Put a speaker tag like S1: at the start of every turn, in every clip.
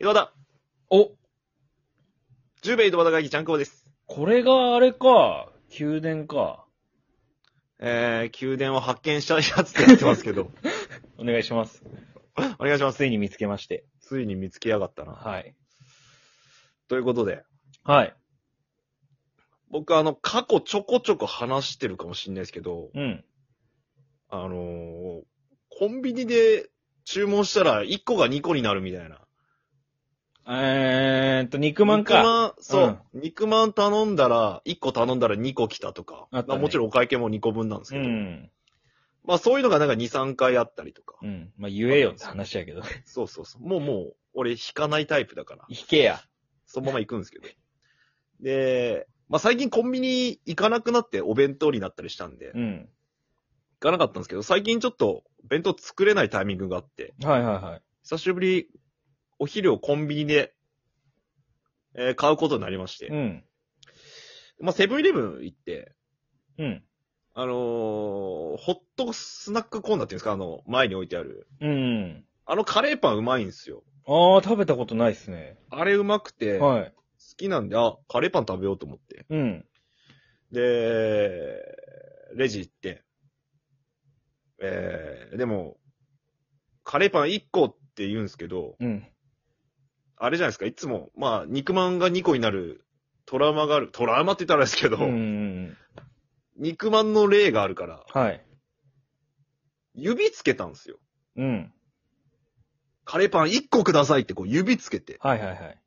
S1: 井戸端、
S2: お、
S1: 10名井戸端会議、ちゃんこです。
S2: これがあれか、宮殿か。
S1: えー、宮殿を発見したやつって言ってますけ ど、
S2: お願いします。
S1: お願いします。
S2: ついに見つけまして。
S1: ついに見つけやがったな。
S2: はい。
S1: ということで、
S2: はい。
S1: 僕あの、過去ちょこちょこ話してるかもしれないですけど、
S2: うん。
S1: あのーコンビニで注文したら1個が2個になるみたいな。
S2: えーっと、肉まん
S1: 肉
S2: か。
S1: まん、そう、肉まん頼んだら、1個頼んだら2個来たとか。
S2: あったね
S1: まもちろんお会計も2個分なんです
S2: う
S1: けど。
S2: ん。
S1: まあそういうのがなんか2、3回あったりとか。
S2: うん。まあ、言えよって話や けど。
S1: そうそうそう。もうもう、俺引かないタイプだから。
S2: 引けや。
S1: そのまま行くんですけど。で、まあ最近コンビニ行かなくなってお弁当になったりしたんで、行
S2: うん。
S1: かなかったんですけど、最近ちょっと弁当作れないタイミングがあって、
S2: はいはいはい。
S1: 久しぶりお昼をコンビニで、えー買うことになりまして、
S2: うん。
S1: まあセブンイレブン行って、
S2: うん。
S1: あのーホットスナックコーナーっていうんですか、あの、前に置いてある。
S2: うん。
S1: あのカレーパンうまいんですよ。
S2: あー、食べたことないっすね。
S1: あれうまくて、好
S2: はい。
S1: きなんで、あ、カレーパン食べようと思って。
S2: うん。
S1: で、レジ行って、えー、でも、カレーパン1個って言うんですけど、
S2: うん。
S1: あれじゃないですか、いつも、まあ、肉まんが2個になるトラウマがある、トラウマって言ったらあれですけど、
S2: うん。
S1: 肉まんの例があるから、
S2: はい。
S1: 指つけたんですよ。
S2: うん。
S1: カレーパン1個くださいってこう指つけて、
S2: はいはいはい。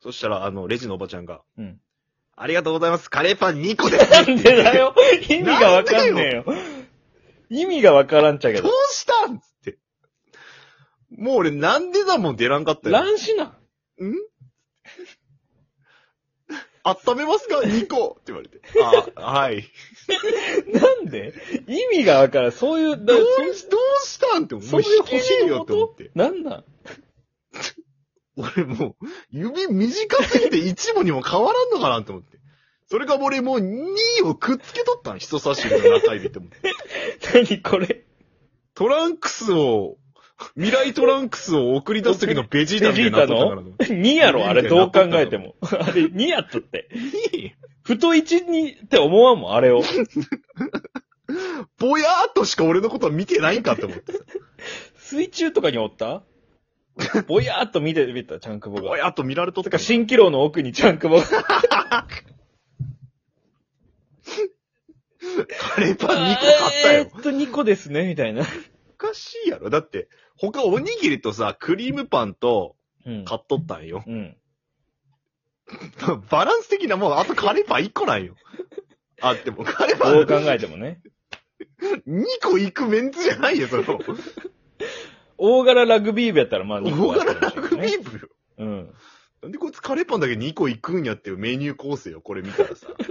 S1: そしたらあの、レジのおばちゃんが、
S2: うん
S1: ありがとうございます、カレーパン2個です
S2: なんでだよ意味がわかんねえよ。意味がわからんちゃけ
S1: どう
S2: ど。
S1: したんつって。もう俺なんでだもん出らんかったよ。
S2: 乱視なん
S1: ん 温めますか ?2 個って言われて。あ、はい。
S2: なんで意味がわからん。そういう、
S1: ど
S2: だ
S1: う
S2: そ
S1: どうしたんって、も
S2: そうういう
S1: 引け
S2: 欲
S1: ね
S2: し
S1: え
S2: い
S1: よ
S2: よ
S1: と思って。
S2: なんなん
S1: 俺もう、指短すぎて1もにも変わらんのかなと思って。それか俺もう2をくっつけとったん人差し指の中指って思って。
S2: 何これ
S1: トランクスを、未来トランクスを送り出す時のベジータみたいになっとったからと思って
S2: ?2 やろあれどう考えても。あれ2やったって。ふと1にって思わんもん、あれを。
S1: ぼやーっとしか俺のことは見てないんかと思って。
S2: 水中とかにおったぼやーっと見てみた、チャンクボ
S1: ぼ
S2: が。
S1: やーっと見られとったた
S2: か、
S1: か
S2: 蜃気楼の奥にチャンクボが。
S1: カレーパン2個買ったよ
S2: え。ーっと、2個ですね、みたいな。
S1: おかしいやろだって、他おにぎりとさ、クリームパンと
S2: うん。
S1: 買っとったんよ。
S2: うん。
S1: バランス的なもん、あとカレーパン1個なんよ。あ、でもカレーパ
S2: どう考
S1: ン
S2: えてもね。
S1: 2個いくメンツじゃないよ、その。
S2: 大柄ラグビー部やったらまあ2個
S1: 大
S2: はあ
S1: 柄
S2: った
S1: ラ
S2: かもしれ
S1: グ
S2: ない
S1: ビ
S2: ね
S1: ー部よ。
S2: うん。
S1: なんでこいつカレーパンだけ2個いくんやっていうメニュー構成よ、これ見たらさ。
S2: 確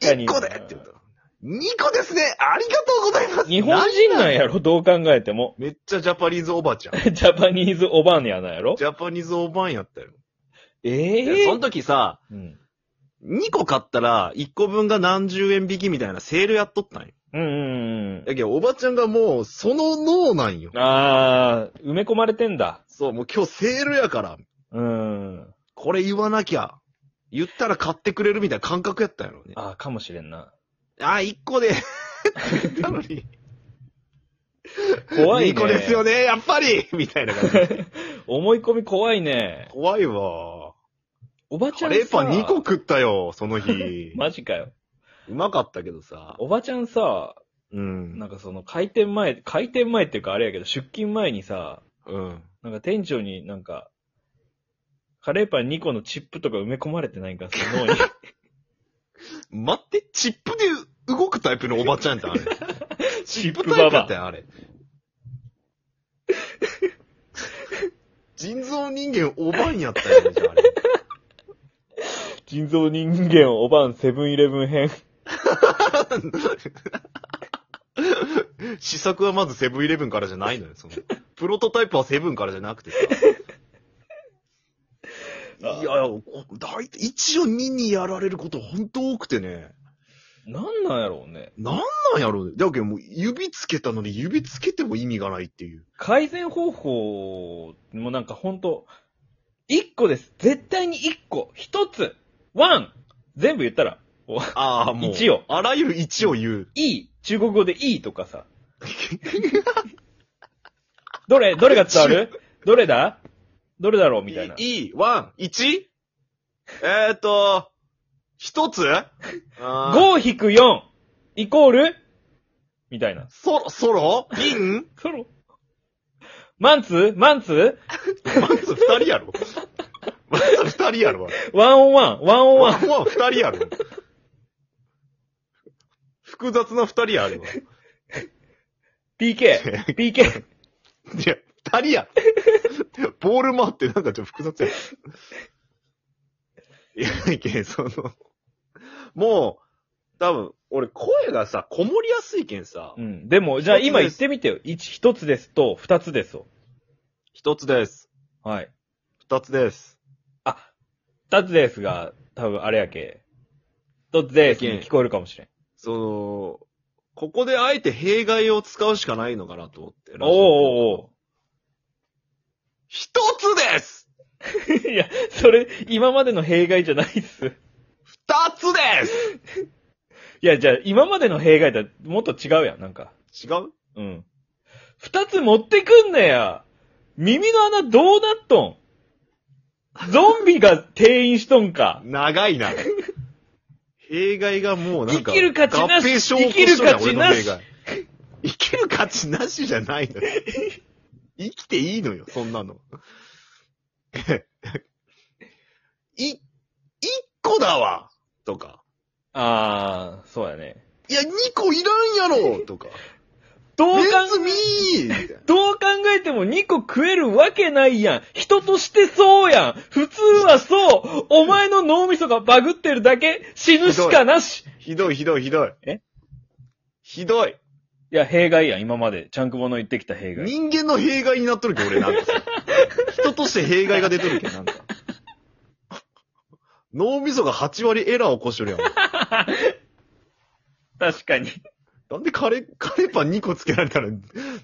S2: かに。
S1: 1個でって言ったら。2個ですねありがとうございます
S2: 日本人なん
S1: や。
S2: やろどう考えても。
S1: めっちゃジャパニーズおばち ゃん。
S2: ジャパニーズおばあのやなんやろ
S1: ジャパニーズおばんやったよ。
S2: え
S1: いやその
S2: え
S1: 時さ、
S2: うん
S1: 2個買ったら1個分が何十円引きみたいなセールやっとったんよ。
S2: うんうんう
S1: だけど、おばちゃんがもう、その脳なんよ
S2: ん。。ああ、埋め込まれてんだ。
S1: そう、もう今日セールやから、
S2: うん。
S1: これ言わなきゃ、言ったら買ってくれるみたいな感覚やったんやろね。あ
S2: ああ、かもしれんな。
S1: あ、1個 で、って言ったのに。
S2: 怖いね。
S1: 2個ですよね、やっぱりみたいな感じ。
S2: 思い込み怖いね。
S1: 怖いわ。
S2: おばちゃ
S1: カ
S2: んさ。。
S1: レーパン2個食ったよ、その日
S2: マジかよ。
S1: うまかったけどさ。
S2: おばちゃんさ、
S1: うん。
S2: なんかその開店前、開店前っていうかあれやけど、出勤前にさ、
S1: うん。
S2: なんか店長になんか、カレーパン2個のチップとか埋め込まれてないんか、そ の脳に。
S1: 待って、チップで動くタイプのおばちゃんって あれ。
S2: チッ
S1: プ
S2: プ
S1: タ
S2: バ
S1: イプだ
S2: バ
S1: ったよ、あれ。人造人間おばんやったよね、じゃああれ。
S2: 人造人間おばんセブンイレブン編。
S1: 試作はまずセブンイレブンからじゃないのよ、その。プロトタイプはセブンからじゃなくてさ。いや、こ大体、一応2にやられることほんと多くてね。
S2: なんなんやろうね。
S1: なんなんやろうね。だけどもう指つけたのに指つけても意味がないっていう。
S2: 改善方法もなんかほんと、一個です。絶対に一個。一つ。ワン。全部言ったら、 お
S1: ああ、もう。
S2: 一を。
S1: あらゆる一を言う。
S2: いい。中国語でいいとかさ。 どれ、どれが伝わるどれだどれだろうみたいな。
S1: いい、ワン、一えーっと、一つあー
S2: 5-4イコールみたいな。
S1: ソロ、ソロイン
S2: ソロマンツーマンツ
S1: まず二人やろ。まず二人やろ。
S2: ーワンオンワンワンオンワ
S1: ワ
S2: ン
S1: ンワン二人やろ。複雑な二人やろ。
S2: PK PK
S1: いや、二人や。ボールもあってなんかちょっと複雑や。いや、いけん、その、もう、多分、俺声がさ、こもりやすいけんさ
S2: う、ん。でも、じゃあ今言ってみてよ。一、一つですと、二つですと。
S1: 一つです。
S2: はい。
S1: 二つです。
S2: あ、二つですが、多分あれやけ。一つですに聞こえるかもしれん。
S1: その、ここであえて弊害を使うしかないのかなと思って。
S2: おおお
S1: 一つです
S2: うおう いや、それ、今までの弊害じゃないっす。
S1: 二つで
S2: いや、じゃあ今までの弊害だ、もっと違うやん、なんか。
S1: す違う
S2: うん。二つ持ってくんねや。耳の穴どうなっとんゾンビが定員しとんか。
S1: 長いな。弊害がもうなんか。
S2: 生きる価値なし
S1: 合併症を起こしとるやん
S2: 生きる価値なし
S1: 俺の弊害生きる価値なしじゃないのよ。生きていいのよ、そんなの。 い、一個だわとか。
S2: あー、そうやね。
S1: いや、二個いらんやろとか。
S2: どう考
S1: ネズミ
S2: え、
S1: ーみたいな。
S2: どう考えても2個食えるわけないやん。人としてそうやん。普通はそう。お前の脳みそがバグってるだけ、死ぬしかなし。
S1: ひどいひどいひどい。
S2: え
S1: ひどい。
S2: いや、弊害やん、今まで。ちゃんくぼの言ってきた弊害。
S1: 人間の弊害になっとるけど、俺 なんかさ。人として弊害が出とるけど、なんか。脳みそが8割エラー起こしとるやん。
S2: 確かに。
S1: なんでカレー、カレーパン2個つけられたら、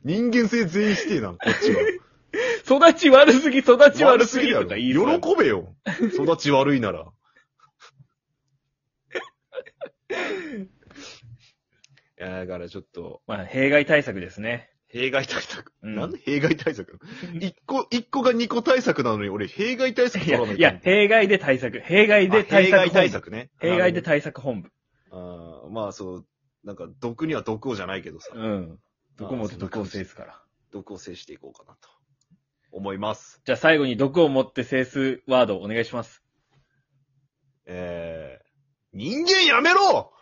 S1: 人間性全否定なん、こっちは。
S2: 育ち悪すぎ、育ち悪すぎとか言いそうや
S1: 喜べよ。育ち悪いな ら。いや、だからちょっと、
S2: まあ、弊害対策ですね。
S1: 弊害対策。
S2: うん
S1: なんで弊害対策一個、一個が二個対策なのに、俺、弊害対策
S2: い
S1: 取ら
S2: や
S1: ない、
S2: いや、弊害で対策。弊害で対策
S1: あ弊
S2: 本
S1: 害
S2: 部。
S1: 対策ね。
S2: 弊害で対策本部。
S1: あーまあそう、なんか、毒には毒をじゃないけどさ、
S2: うん。毒を持っ
S1: あ
S2: て
S1: ーそんな
S2: 毒
S1: 感
S2: を
S1: じ
S2: 制すから。
S1: 毒を制していこうかなと、思います。
S2: じゃあ最後に毒を持って制すワードをお願いします。
S1: えー、人間やめろ